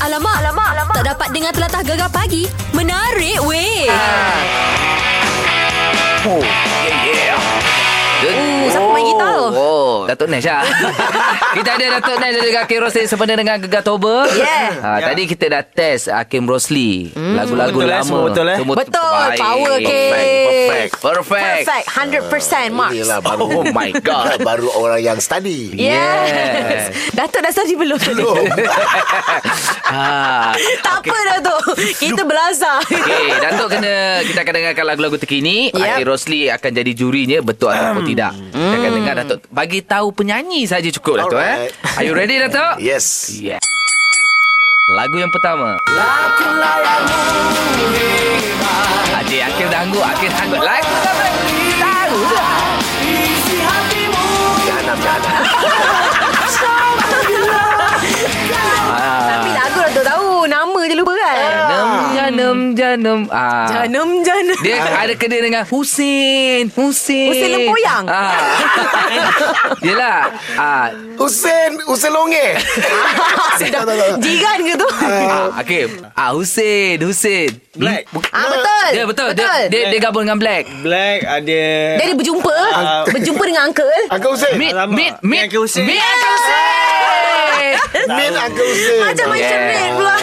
[SPEAKER 4] Alamak, alamak, alamak. Tak dapat dengar telatah gegar pagi. Menarik, weh.
[SPEAKER 6] Ah.
[SPEAKER 2] Oh,
[SPEAKER 1] siapa main gitar tu?
[SPEAKER 2] Oh, Datuk Nash
[SPEAKER 1] *laughs*
[SPEAKER 2] lah. kita ada Datuk Nash dan juga Hakim Rosli sempena dengan Gegar Toba.
[SPEAKER 1] Yeah. Hmm.
[SPEAKER 2] Ha, Tadi kita dah test Hakim Rosli. Lagu-lagu
[SPEAKER 7] Betul, eh?
[SPEAKER 2] lama.
[SPEAKER 7] Semua betul, eh?
[SPEAKER 2] Semua
[SPEAKER 1] Betul.
[SPEAKER 2] terbaik.
[SPEAKER 1] Power, Kim.
[SPEAKER 2] Perfect. Perfect.
[SPEAKER 1] Perfect. 100% marks.
[SPEAKER 6] Yelah, baru,
[SPEAKER 2] Oh my God.
[SPEAKER 6] *laughs* baru orang yang study.
[SPEAKER 2] Yes.
[SPEAKER 1] Yes. *laughs* Datuk dah study belum? Belum.
[SPEAKER 2] ha.
[SPEAKER 1] *laughs* tak apa Datuk. Kita belasah.
[SPEAKER 2] Okay, Datuk kena kita akan dengarkan lagu-lagu terkini.
[SPEAKER 1] Yep.
[SPEAKER 2] Yep. Akhir Rosli akan jadi jurinya betul ataupun
[SPEAKER 7] Hmm.
[SPEAKER 2] tidak. Kita akan dengar
[SPEAKER 1] Hmm.
[SPEAKER 2] Datuk bagi tahu penyanyi saja cukup Datuk eh.
[SPEAKER 6] Alright.
[SPEAKER 2] Are you ready
[SPEAKER 7] *laughs*
[SPEAKER 2] Datuk?
[SPEAKER 6] Yes.
[SPEAKER 2] Yeah. Lagu yang pertama. Adik akhir dah anggut, akhir dah anggut. Lagu pertama. Tahu dah.
[SPEAKER 6] Jahanam, jahanam.
[SPEAKER 1] Tapi lagu Datuk tahu. Nama je lupa kan?
[SPEAKER 2] Janum, janum, janum. Ah.
[SPEAKER 1] Janum janum.
[SPEAKER 2] Dia ada kena dengan Husin Husin
[SPEAKER 1] Husin Lempoyang.
[SPEAKER 2] ah. Yelah ah.
[SPEAKER 6] Husin, Husin Longe. Sudah.
[SPEAKER 1] Jiran ke tu?
[SPEAKER 2] ah, Okay ah, Husin Husin
[SPEAKER 7] Black
[SPEAKER 1] Ah betul.
[SPEAKER 2] Dia betul, Dia, dia, dia gabung dengan Black
[SPEAKER 7] Black ada
[SPEAKER 1] Dari berjumpa
[SPEAKER 7] Ah.
[SPEAKER 1] Berjumpa dengan uncle
[SPEAKER 6] Uncle Husin.
[SPEAKER 2] Mid
[SPEAKER 7] Alamak.
[SPEAKER 2] Mid Mid
[SPEAKER 7] Yang ke Husin.
[SPEAKER 2] Mid Uncle Husin
[SPEAKER 6] Min Uncle Husin.
[SPEAKER 1] Macam main
[SPEAKER 2] Yeah.
[SPEAKER 1] cermin pula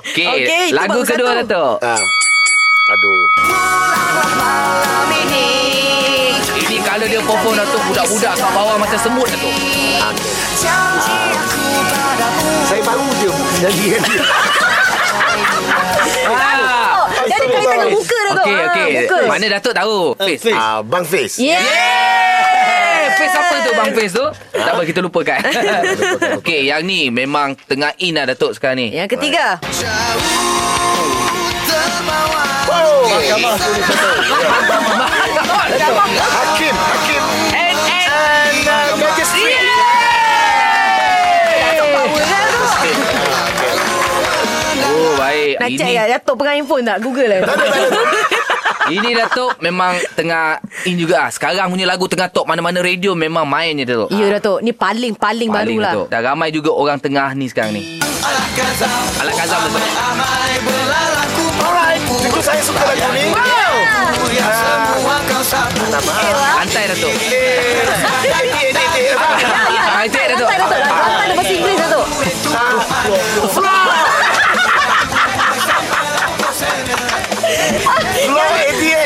[SPEAKER 2] Okay,
[SPEAKER 1] Okey, itu
[SPEAKER 2] Lagu
[SPEAKER 1] baru
[SPEAKER 2] kedua
[SPEAKER 1] satu.
[SPEAKER 2] Datuk
[SPEAKER 6] Ah. Aduh.
[SPEAKER 2] Ini kalau dia perform Datuk Budak-budak kat bawah macam semut Datuk
[SPEAKER 6] Saya baru je nyanyi kan dia.
[SPEAKER 2] ah.
[SPEAKER 1] Dia ada kaitan dengan muka dah tu
[SPEAKER 2] Okay,
[SPEAKER 1] Ah,
[SPEAKER 2] okay.
[SPEAKER 1] Muka
[SPEAKER 2] Mana Datuk tahu Face
[SPEAKER 1] Ya.
[SPEAKER 7] Face.
[SPEAKER 6] Ah, Bang Fiz.
[SPEAKER 1] Yeah
[SPEAKER 2] Eh, Fiz apa tu Bang Fiz tu? Tak apa kita lupakan. Okey, yang ni memang tengah in lah Datuk sekarang ni.
[SPEAKER 1] Ya.
[SPEAKER 2] *laughs*
[SPEAKER 8] Yang ketiga.
[SPEAKER 6] Hakim, Hakim.
[SPEAKER 2] And and
[SPEAKER 6] Magistrate.
[SPEAKER 2] *laughs* Oh baik.
[SPEAKER 8] Nak
[SPEAKER 2] Ini
[SPEAKER 8] cek ya, Datuk pegang handphone tak? Google lah.
[SPEAKER 1] *laughs*
[SPEAKER 2] ini Datuk memang tengah in juga ah. Sekarang punya lagu tengah top mana-mana radio memang mainnya Datuk. Ah,
[SPEAKER 8] Ya Datuk, ni paling-paling baru lah.
[SPEAKER 2] Datuk. Dah ramai juga orang tengah ni sekarang ni. Alat kazam. Alat kazam Datuk.
[SPEAKER 6] Alright, cikgu saya suka lagu ni. Ah.
[SPEAKER 2] Lantai Datuk.
[SPEAKER 8] Ya,
[SPEAKER 2] Ah, itu
[SPEAKER 8] Lantai
[SPEAKER 2] Datuk.
[SPEAKER 8] ya. Datuk, lantai ada bahasa Inggeris Datuk.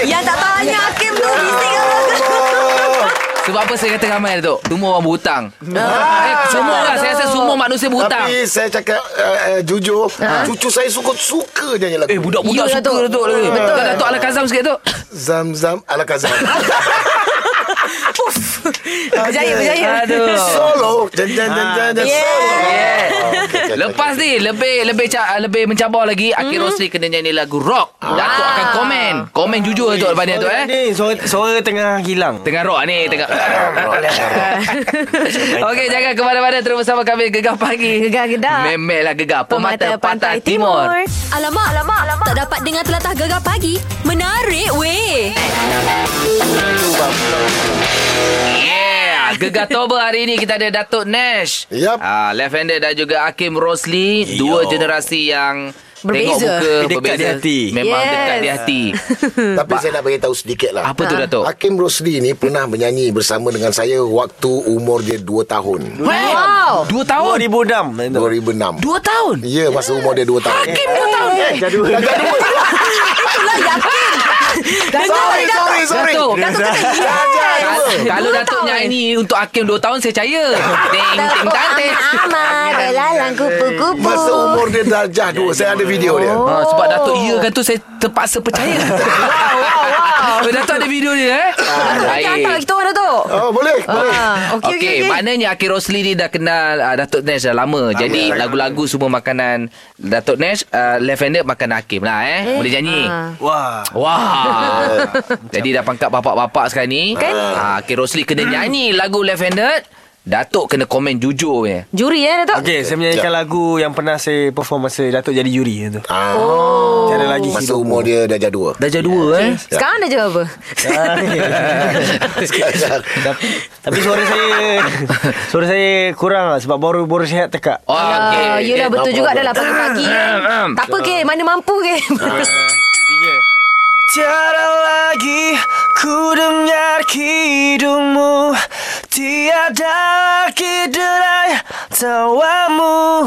[SPEAKER 8] Yang tak tanya Hakim tu bising apa ke?
[SPEAKER 2] Sebab apa saya kata ramai Datuk? Semua orang berhutang.
[SPEAKER 8] Ah.
[SPEAKER 2] Eh, semua lah. Saya rasa semua manusia berhutang.
[SPEAKER 6] Tapi saya cakap uh, uh, jujur, cucu saya suka suka nyanyi lagu.
[SPEAKER 2] Eh budak-budak
[SPEAKER 8] Ya,
[SPEAKER 2] suka
[SPEAKER 8] Datuk.
[SPEAKER 2] Datuk, Datuk lagi. Betul. Datuk Alah Kazam sikit Datuk.
[SPEAKER 6] Zam Zam ala Kazam.
[SPEAKER 8] Berjaya, berjaya.
[SPEAKER 2] Aduh.
[SPEAKER 6] Solo. Jan jan jan jan jan.
[SPEAKER 8] Yeah.
[SPEAKER 6] Solo.
[SPEAKER 2] Oh. Yeah.
[SPEAKER 6] Oh, okay, okay, okay,
[SPEAKER 2] Lepas ni lebih lebih ca- lebih mencabar lagi Akhir Rosli kena nyanyi lagu rock.
[SPEAKER 7] Ah.
[SPEAKER 2] Datuk akan komen. Komen jujur Datuk daripada Datuk eh.
[SPEAKER 7] Ni suara, suara tengah hilang.
[SPEAKER 2] Tengah rock ni
[SPEAKER 7] *laughs*
[SPEAKER 2] Tengah Okey jangan ke mana-mana Terus bersama kami Gegar Pagi
[SPEAKER 8] Gegar gedak.
[SPEAKER 2] Memelah Gegar Pemata, Pantai, Timur,
[SPEAKER 4] Alamak, alamak, alamak. Tak dapat dengar telatah gegar pagi. Menarik weh.
[SPEAKER 2] Yeah Gegar Toba hari ini Kita ada Datuk Nash
[SPEAKER 6] Yup.
[SPEAKER 2] ah, Left Hander dan juga Hakim Rosli Dua generasi yang
[SPEAKER 8] Berbeza.
[SPEAKER 2] Tengok muka
[SPEAKER 7] Dekat di hati.
[SPEAKER 2] Memang
[SPEAKER 8] Yes.
[SPEAKER 2] dekat di hati
[SPEAKER 6] Tapi saya nak bagi tahu sedikit lah.
[SPEAKER 2] Apa
[SPEAKER 7] Ah.
[SPEAKER 2] tu Datuk?
[SPEAKER 6] Hakim Rosli ni pernah menyanyi bersama dengan saya waktu umur dia 2 tahun.
[SPEAKER 8] Wow.
[SPEAKER 2] Dua tahun
[SPEAKER 7] 2006.
[SPEAKER 6] 2006.
[SPEAKER 2] Dua tahun
[SPEAKER 6] Ya, masa umur dia 2 tahun.
[SPEAKER 2] Hakim dua tahun
[SPEAKER 8] Itulah yakin.
[SPEAKER 6] Sorry, sorry, sorry.
[SPEAKER 2] Datuk
[SPEAKER 6] Jangan dua.
[SPEAKER 2] Kal- Kalau
[SPEAKER 8] Dua
[SPEAKER 2] Datuk
[SPEAKER 8] tahun.
[SPEAKER 2] nyanyi Untuk Hakim dua tahun Saya *laughs* percaya Ting ting
[SPEAKER 8] Tepuk
[SPEAKER 2] tang ting
[SPEAKER 8] anak amat Belalang kupu-kupu
[SPEAKER 6] Masa umur dia darjah 2. Saya ada video dia.
[SPEAKER 2] Ha, sebab Datuk ya kan tu saya terpaksa percaya. *laughs* wow, wow, wow. Datuk ada video dia eh.
[SPEAKER 8] Kita hantar kita orang Datuk
[SPEAKER 6] Oh, boleh, boleh.
[SPEAKER 8] Ah, Okey,
[SPEAKER 2] Okey,
[SPEAKER 8] okey, okey.
[SPEAKER 2] maknanya Akhir Rosli ni dah kenal uh, Datuk Nash dah lama. Jadi lagu-lagu semua makanan Datuk Nash, uh, Left Hander makan Hakim lah eh. Boleh nyanyi.
[SPEAKER 7] Wah.
[SPEAKER 2] Wah. *laughs* Jadi dah pangkat bapak-bapak sekarang ni. Kan? Ha, Akhir Rosli kena nyanyi lagu Left Hander. Datuk kena komen jujur je.
[SPEAKER 8] Juri eh Datuk
[SPEAKER 7] Okey, saya menyanyikan
[SPEAKER 6] Ya.
[SPEAKER 7] lagu yang pernah saya perform masa Datuk jadi juri tu.
[SPEAKER 6] Ah,
[SPEAKER 2] Oh.
[SPEAKER 7] Cara lagi
[SPEAKER 6] Masa
[SPEAKER 7] hidup.
[SPEAKER 6] umur dia darjah 2.
[SPEAKER 2] Dah jadi dua eh.
[SPEAKER 8] Sekarang dah jawab apa
[SPEAKER 7] Ah,
[SPEAKER 6] *laughs*
[SPEAKER 7] tapi, tapi suara saya suara saya kurang lah sebab baru-baru sihat tekak.
[SPEAKER 2] Oh, okey.
[SPEAKER 8] Ah, Yelah betul
[SPEAKER 6] no
[SPEAKER 8] juga
[SPEAKER 6] problem.
[SPEAKER 8] dah lah
[SPEAKER 2] Eh,
[SPEAKER 8] Pagi-pagi kan. Tak apa ke Mana mampu ke *laughs*
[SPEAKER 7] Tiada lagi ku dengar hidungmu Tiada lagi derai tawamu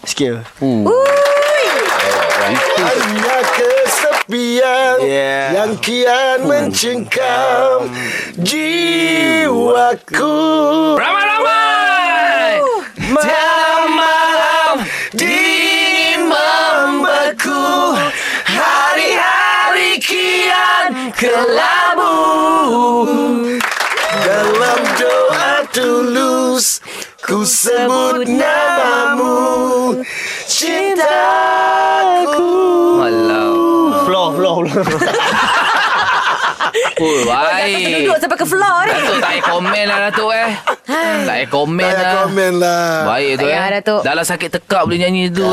[SPEAKER 7] Sikit
[SPEAKER 6] Hanya kesepian
[SPEAKER 7] Yeah.
[SPEAKER 6] Yang kian mencengkam Jiwaku
[SPEAKER 2] Ramai-ramai.
[SPEAKER 7] Dalam malam dingin membeku Hari-hari kian kelabu
[SPEAKER 6] Dalam doa tulus Ku sebut namamu Cintaku
[SPEAKER 2] Alah.
[SPEAKER 7] Floor, floor, floor
[SPEAKER 2] Oh, baik.
[SPEAKER 8] Duduk sampai ke floor ni
[SPEAKER 2] Datuk tak payah komen lah Datuk eh. tak payah komen
[SPEAKER 6] Tak payah
[SPEAKER 2] lah.
[SPEAKER 6] komen lah
[SPEAKER 2] Baik tu
[SPEAKER 8] Ah, Tak
[SPEAKER 2] eh.
[SPEAKER 8] payah, Datuk. Ah.
[SPEAKER 2] Dalam sakit tekak boleh nyanyi tu.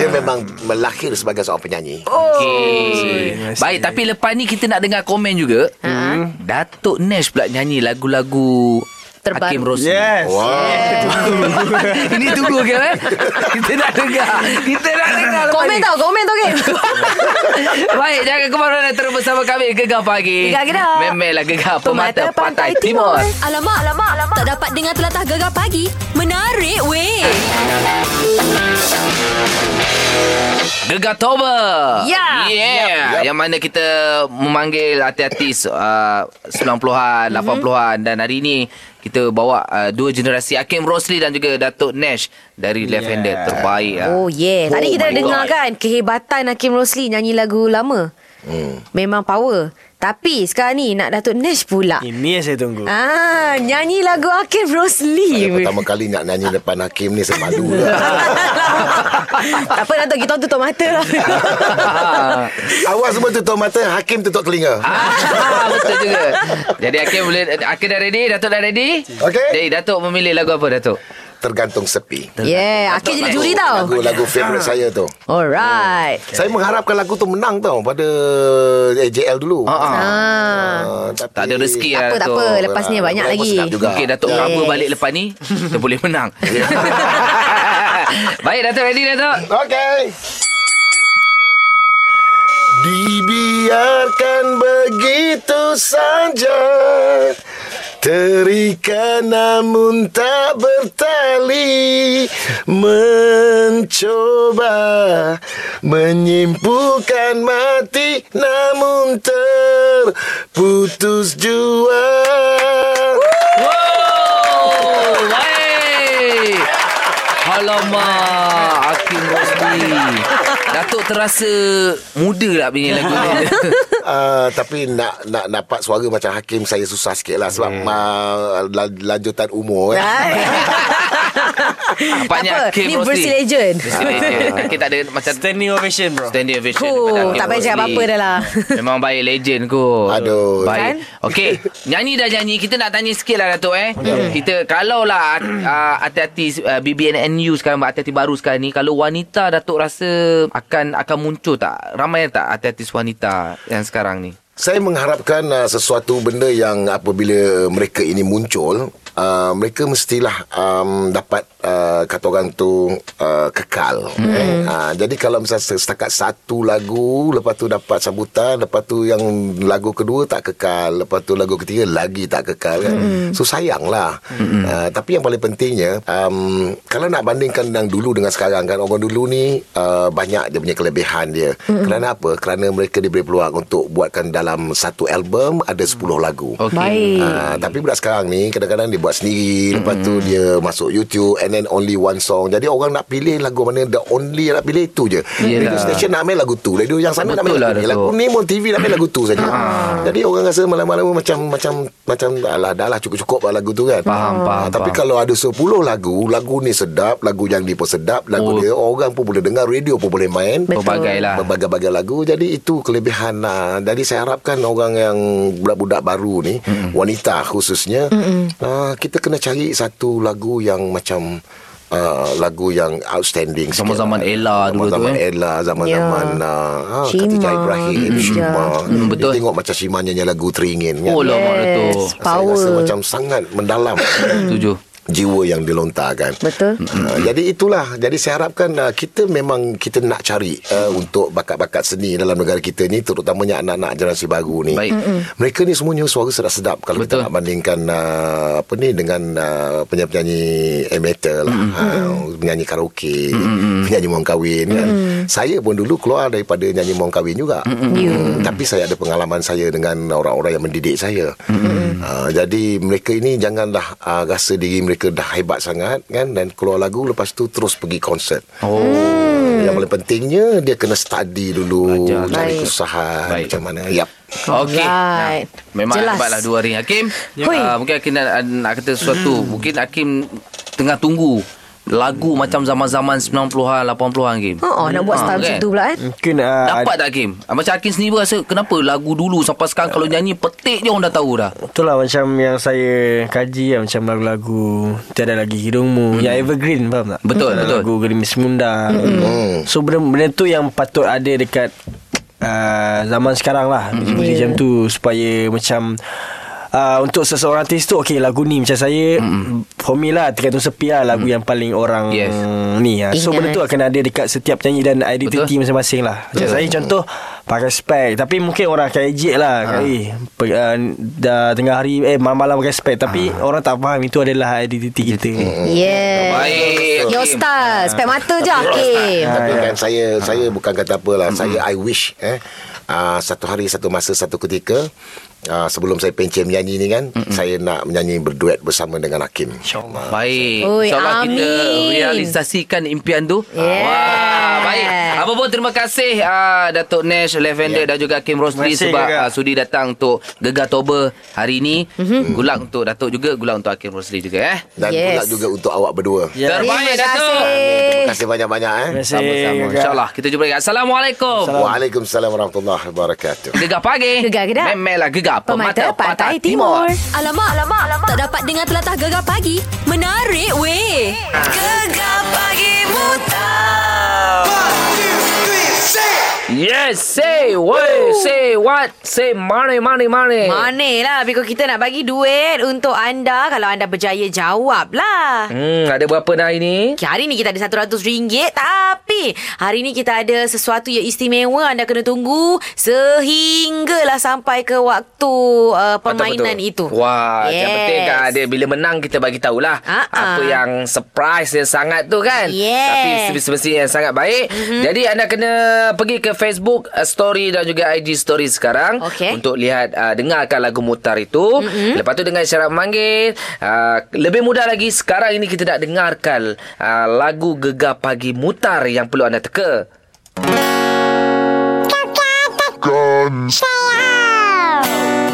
[SPEAKER 6] Dia memang melahir sebagai seorang penyanyi
[SPEAKER 2] Oh.
[SPEAKER 8] Oh.
[SPEAKER 2] Okey. Baik, tapi lepas ni kita nak dengar komen juga.
[SPEAKER 8] Ah.
[SPEAKER 2] Hmm. Datuk Nash pula nyanyi lagu-lagu
[SPEAKER 8] Terbaru.
[SPEAKER 2] Hakim Rosli.
[SPEAKER 7] Yes
[SPEAKER 2] *laughs*
[SPEAKER 6] Ah.
[SPEAKER 2] Ini tunggu ke eh? Kita nak dengar. Kita nak dengar lepas
[SPEAKER 8] Komen
[SPEAKER 2] ni.
[SPEAKER 8] tau Komen tau ke
[SPEAKER 2] Baik, jangan ke mana dan terus bersama kami Gegar Pagi.
[SPEAKER 8] Gegar Gedak.
[SPEAKER 2] Memelah Gegar Pemata Pantai Timur.
[SPEAKER 4] Alamak, alamak, alamak. Tak dapat dengar telatah gegar pagi. Menarik weh.
[SPEAKER 2] Gegar Toba.
[SPEAKER 8] Ya.
[SPEAKER 2] Yeah. Yang mana kita memanggil artis-artis uh, 90-an,
[SPEAKER 8] Mhm.
[SPEAKER 2] 80-an dan hari ini kita bawa uh, dua generasi Hakim Rosli dan juga Datuk Nash dari Left Hander terbaik. ah. *laughs*
[SPEAKER 8] Oh yeah Tadi
[SPEAKER 2] Oh
[SPEAKER 8] kita
[SPEAKER 2] my
[SPEAKER 8] dengar
[SPEAKER 2] God. Hmm.
[SPEAKER 8] kan Kehebatan Hakim Rosli Nyanyi lagu lama Memang power Tapi sekarang ni nak Datuk Nash pula.
[SPEAKER 7] Ini yang saya tunggu.
[SPEAKER 8] Ah, nyanyi lagu Akif
[SPEAKER 6] Saya
[SPEAKER 8] Rosli.
[SPEAKER 6] pertama kali nak nyanyi depan hakim ni Saya malu
[SPEAKER 2] *laughs*
[SPEAKER 6] lah
[SPEAKER 8] *laughs* tak apa Datuk kita orang tutup mata lah.
[SPEAKER 2] *laughs*
[SPEAKER 6] Awak semua tutup mata Hakim tutup telinga
[SPEAKER 2] Ah, betul juga. Jadi Akin boleh Akin dah ready, Datuk dah ready?
[SPEAKER 6] Okey.
[SPEAKER 2] Jadi Datuk memilih lagu apa Datuk?
[SPEAKER 6] Tergantung sepi
[SPEAKER 8] yeah, Akif jadi juri tau.
[SPEAKER 2] Ah.
[SPEAKER 6] Lagu-lagu favourite saya tu
[SPEAKER 8] Alright.
[SPEAKER 6] Saya mengharapkan lagu tu menang tau Pada AJL dulu
[SPEAKER 2] Ha ah.
[SPEAKER 8] Ah.
[SPEAKER 6] Ah, tapi-
[SPEAKER 2] Tak ada rezeki
[SPEAKER 8] Tak
[SPEAKER 2] lah
[SPEAKER 8] apa, tak
[SPEAKER 2] Datuk.
[SPEAKER 8] apa. Lepas ni
[SPEAKER 6] Ah,
[SPEAKER 8] banyak
[SPEAKER 6] lagu
[SPEAKER 8] lagi.
[SPEAKER 6] sedap juga.
[SPEAKER 2] Okey Datuk
[SPEAKER 8] Yes.
[SPEAKER 2] yes. cover balik lepas *laughs* ni Kita boleh menang *laughs* Baik Datuk ready Datuk
[SPEAKER 6] Okey. Dibiarkan begitu saja Terikat namun tak bertali Mencoba Menyimpulkan mati Namun terputus jua
[SPEAKER 2] Wow Baik Alamak Hakim Rosli Datuk terasa muda lah penyanyi
[SPEAKER 8] *laughs*
[SPEAKER 2] lagu ni
[SPEAKER 6] Uh, tapi nak nak dapat suara macam Hakim saya susah sikit lah sebab hmm. uh, la- lanjutan umur kan.
[SPEAKER 8] Tak
[SPEAKER 2] Nampaknya
[SPEAKER 8] apa,
[SPEAKER 2] Hakim
[SPEAKER 8] ni
[SPEAKER 2] Rosli
[SPEAKER 8] versi legend.
[SPEAKER 2] Versi
[SPEAKER 8] *laughs*
[SPEAKER 2] legend Hakim tak ada macam
[SPEAKER 7] Standing ovation bro.
[SPEAKER 2] Standing ovation
[SPEAKER 8] Cool.
[SPEAKER 2] daripada Hakim
[SPEAKER 8] Tak payah cakap
[SPEAKER 2] Rosli.
[SPEAKER 8] apa-apa dah lah.
[SPEAKER 2] *laughs* Memang baik legend kot
[SPEAKER 6] Aduh.
[SPEAKER 2] Baik
[SPEAKER 8] Kan?
[SPEAKER 2] Okey Nyanyi dah nyanyi Kita nak tanya sikit lah Datuk eh Kita Kalau lah uh, Hati-hati uh, BBNNU sekarang Hati-hati baru sekarang ni Kalau wanita Datuk rasa Akan akan muncul tak Ramai tak Hati-hati wanita Yang sekarang ni
[SPEAKER 6] Saya mengharapkan uh, sesuatu benda yang apabila mereka ini muncul, uh, mereka mestilah um, dapat uh, kata orang tu uh, kekal. Mm. Eh? Uh, jadi kalau misalnya setakat satu lagu, lepas tu dapat sambutan, lepas tu yang lagu kedua tak kekal, lepas tu lagu ketiga lagi tak kekal kan. Mm. So sayanglah. Mm. Uh, tapi yang paling pentingnya, um, kalau nak bandingkan yang dulu dengan sekarang kan, orang dulu ni uh, banyak dia punya kelebihan dia. Mm. Kerana apa? Kerana mereka diberi peluang untuk buatkan dalam satu album ada 10 lagu.
[SPEAKER 2] Okey.
[SPEAKER 8] Baik.
[SPEAKER 6] Ah, tapi budak sekarang ni kadang-kadang dia buat sendiri lepas tu dia masuk YouTube and then only one song. Jadi orang nak pilih lagu mana the only yang nak pilih itu je.
[SPEAKER 2] Yelah.
[SPEAKER 6] Radio station nak main lagu tu. Radio yang sana nak main
[SPEAKER 2] Betul
[SPEAKER 6] lagu
[SPEAKER 2] lah,
[SPEAKER 6] ni.
[SPEAKER 2] Datuk. Ah.
[SPEAKER 6] Lagu ni pun TV nak main lagu tu saja. Jadi orang rasa malam-malam macam macam macam alah dah lah cukup-cukup lah lagu tu kan.
[SPEAKER 2] Faham, faham,
[SPEAKER 6] Ah, Tapi
[SPEAKER 2] faham.
[SPEAKER 6] kalau ada 10 lagu, lagu ni sedap, lagu yang ni pun sedap, lagu
[SPEAKER 2] Oh.
[SPEAKER 6] dia orang pun boleh dengar, radio pun boleh main
[SPEAKER 2] Berbagai lah
[SPEAKER 6] berbagai-bagai lagu jadi itu kelebihan lah. jadi saya harapkan orang yang budak-budak baru ni mm-hmm. wanita khususnya mm-hmm. uh, kita kena cari satu lagu yang macam uh, lagu yang outstanding sikit
[SPEAKER 2] Zaman-zaman
[SPEAKER 6] lah.
[SPEAKER 2] Ella dulu tu,
[SPEAKER 6] zaman-zaman
[SPEAKER 2] eh.
[SPEAKER 6] Ella zaman-zaman
[SPEAKER 8] Ya.
[SPEAKER 6] yeah. uh,
[SPEAKER 8] Shima. Ya.
[SPEAKER 6] Katijah Ibrahim
[SPEAKER 8] Mm-mm.
[SPEAKER 6] Shima
[SPEAKER 2] Mm, betul.
[SPEAKER 6] Dia tengok macam Shima nyanyi lagu teringin kan
[SPEAKER 2] Oh lah Mak
[SPEAKER 8] Yes.
[SPEAKER 2] Datuk
[SPEAKER 6] saya rasa
[SPEAKER 8] power.
[SPEAKER 6] macam sangat
[SPEAKER 8] *laughs*
[SPEAKER 6] mendalam
[SPEAKER 2] Setuju
[SPEAKER 6] Hmm. jiwa yang dilontarkan
[SPEAKER 8] Betul.
[SPEAKER 6] Uh, jadi itulah jadi saya harapkan uh, kita memang kita nak cari uh, untuk bakat-bakat seni dalam negara kita ni terutamanya anak-anak generasi baru ni.
[SPEAKER 2] Baik.
[SPEAKER 6] Mereka ni semuanya suara sedap-sedap kalau
[SPEAKER 2] Betul.
[SPEAKER 6] kita nak bandingkan uh, apa ni dengan uh, penyanyi-penyanyi amateur lah, uh, penyanyi karaoke, penyanyi mahu kahwin kan. Saya pun dulu keluar daripada nyanyi mahu kahwin juga.
[SPEAKER 2] Ya.
[SPEAKER 6] Hmm, tapi saya ada pengalaman saya dengan orang-orang yang mendidik saya. Uh, jadi mereka ini janganlah uh, rasa diri mereka dah hebat sangat kan dan keluar lagu lepas tu terus pergi konsert.
[SPEAKER 2] Oh
[SPEAKER 6] Yang paling pentingnya dia kena study dulu,
[SPEAKER 2] Belajar.
[SPEAKER 6] cari
[SPEAKER 8] Baik.
[SPEAKER 6] kesusahan
[SPEAKER 2] Baik.
[SPEAKER 6] macam mana. Yap.
[SPEAKER 2] Okey.
[SPEAKER 8] Alright.
[SPEAKER 2] Nah, memang
[SPEAKER 8] Jelas.
[SPEAKER 2] Jelas. hebatlah dua hari Hakim.
[SPEAKER 8] Hui.
[SPEAKER 2] Uh, mungkin Hakim nak, nak kata sesuatu. Hmm. Mungkin Hakim tengah tunggu lagu macam zaman-zaman 90-an, 80-an Hakim.
[SPEAKER 8] Hmm. Oh, nak buat style macam tu pula eh.
[SPEAKER 7] Mungkin uh,
[SPEAKER 2] Dapat tak Hakim? Ah, Macam Hakim sendiri rasa kenapa lagu dulu sampai sekarang kalau nyanyi petik je orang dah tahu dah.
[SPEAKER 7] Itulah macam yang saya kaji lah, Macam lagu-lagu Tiada Lagi Hidungmu Yang evergreen faham tak?
[SPEAKER 2] Hmm. Betul, betul. Hmm.
[SPEAKER 7] Lagu Gerimis Munda So benda, benda tu yang patut ada dekat uh, Zaman sekarang lah
[SPEAKER 2] Hmm.
[SPEAKER 7] Muzik-muzik macam tu Supaya macam Uh, untuk seseorang artis tu Okay lagu ni Macam saya mm. For me lah Tergantung sepi lah Lagu yang paling orang
[SPEAKER 2] Hmm. Yes.
[SPEAKER 7] Ni lah So benda tu akan ada Dekat setiap penyanyi Dan identiti masing-masing lah Macam saya contoh Pakai spek Tapi mungkin orang akan ejek lah ha. Eh pe, uh, Dah tengah hari Eh malam-malam pakai spek Tapi orang tak faham Itu adalah identiti kita
[SPEAKER 8] Yeah.
[SPEAKER 2] Baik.
[SPEAKER 8] Eh. Your
[SPEAKER 2] Hakim.
[SPEAKER 8] style. Spek mata je Hakim.
[SPEAKER 6] Tapi kan saya saya bukan kata apalah. Saya I wish eh uh, satu hari satu masa satu ketika uh, sebelum saya pencen menyanyi ni kan saya nak menyanyi berduet bersama dengan Hakim. InsyaAllah.
[SPEAKER 2] Baik.
[SPEAKER 8] Oi,
[SPEAKER 2] InsyaAllah kita
[SPEAKER 8] amin.
[SPEAKER 2] realisasikan impian tu.
[SPEAKER 8] Yes.
[SPEAKER 2] Wah, baik. Apa pun terima kasih uh, Datuk Nash Fresh Lavender dan juga Kim Rosli
[SPEAKER 7] Ya. Terima kasih,
[SPEAKER 2] sebab
[SPEAKER 7] Kakak.
[SPEAKER 2] uh, sudi datang untuk Gegar Toba hari ini.
[SPEAKER 1] Mhm.
[SPEAKER 2] Mm-hmm. Gulak untuk Datuk juga, gulak untuk Hakim Rosli juga eh.
[SPEAKER 6] Ah, Dan
[SPEAKER 1] Yes.
[SPEAKER 6] yes. juga untuk awak berdua.
[SPEAKER 7] Ya.
[SPEAKER 2] Terbaik
[SPEAKER 1] Terima
[SPEAKER 2] Datuk.
[SPEAKER 1] kasih.
[SPEAKER 6] Terima kasih banyak-banyak eh.
[SPEAKER 7] Terima kasih.
[SPEAKER 2] Sama-sama.
[SPEAKER 7] Gegar.
[SPEAKER 2] InsyaAllah kita jumpa lagi. Assalamualaikum.
[SPEAKER 6] Waalaikumsalam warahmatullahi wabarakatuh.
[SPEAKER 2] Gegar pagi.
[SPEAKER 1] Gegar Kedah.
[SPEAKER 2] Memelah gegar
[SPEAKER 1] Pemata Pantai Timur.
[SPEAKER 4] Alamak, alamak, alamak. Tak dapat dengar telatah gegar pagi. Menarik weh. Gegar pagi muta.
[SPEAKER 2] Yes, say what, say what, say money, money, money.
[SPEAKER 1] Mana lah Because kita nak bagi duit Untuk anda Kalau anda berjaya Jawab lah
[SPEAKER 2] Hmm, ada berapa dah hari ni?
[SPEAKER 1] Okay, hari ni kita ada RM100 Tapi Hari ni kita ada Sesuatu yang istimewa Anda kena tunggu Sehinggalah Sampai ke waktu uh, Permainan itu
[SPEAKER 2] Wah, yes. yang penting kan ada bila menang kita bagi tahulah
[SPEAKER 1] Ah, ah.
[SPEAKER 2] apa yang surprise yang sangat tu kan.
[SPEAKER 1] Yes. Mhm.
[SPEAKER 2] Tapi se- semestinya yang sangat baik. Mm-hmm. Jadi anda kena pergi ke Facebook uh, story dan juga IG story sekarang
[SPEAKER 1] Okey. Mhm.
[SPEAKER 2] untuk lihat uh, dengarkan lagu mutar itu. Mm-hmm. Lepas tu dengan syarat memanggil. Uh, lebih mudah lagi sekarang ini kita nak dengarkan uh, lagu Gegar Pagi Mutar yang perlu anda teka.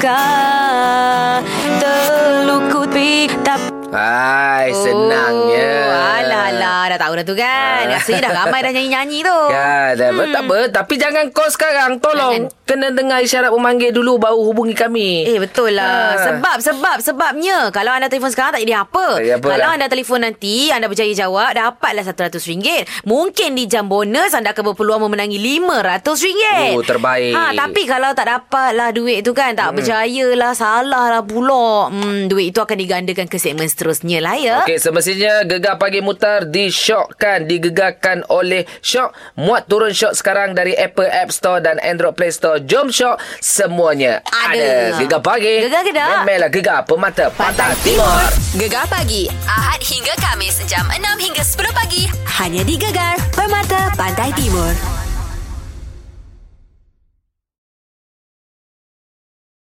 [SPEAKER 1] Kau Terlukuti Tapi
[SPEAKER 2] Hai, senangnya.
[SPEAKER 1] Oh, Alah alah Dah tahu dah tu kan
[SPEAKER 2] Ah.
[SPEAKER 1] Rasanya dah ramai dah nyanyi-nyanyi
[SPEAKER 2] *laughs*
[SPEAKER 1] tu
[SPEAKER 2] Ya, dah, hmm. tak apa. Tapi jangan call sekarang. Tolong. Kena dengar isyarat memanggil dulu baru hubungi kami.
[SPEAKER 1] Eh betul lah
[SPEAKER 2] Ah.
[SPEAKER 1] Sebab sebab sebabnya Kalau anda telefon sekarang tak jadi apa
[SPEAKER 2] Tak jadi apa
[SPEAKER 1] Kalau
[SPEAKER 2] lah.
[SPEAKER 1] anda telefon nanti Anda berjaya jawab Dapatlah RM100 Mungkin di jam bonus Anda akan berpeluang memenangi RM500
[SPEAKER 2] Oh, terbaik.
[SPEAKER 1] ha, Tapi kalau tak dapatlah duit tu kan Tak hmm. berjaya lah Salah lah pula hmm, Duit itu akan digandakan ke segmen seterusnya lah ya
[SPEAKER 2] Okey, semestinya gegar pagi mutar disyokkan, digegarkan oleh Syok. Muat turun Syok sekarang dari Apple App Store dan Android Play Store. Jom Syok, semuanya
[SPEAKER 1] Ada.
[SPEAKER 2] ada. Gegar pagi.
[SPEAKER 1] Gegar Kedah.
[SPEAKER 2] Memelah gegar pemata pantai timur.
[SPEAKER 4] Gegar pagi. Ahad hingga Kamis. Jam 6 hingga 10 pagi. Hanya di Gegar. Permata Pantai Timur.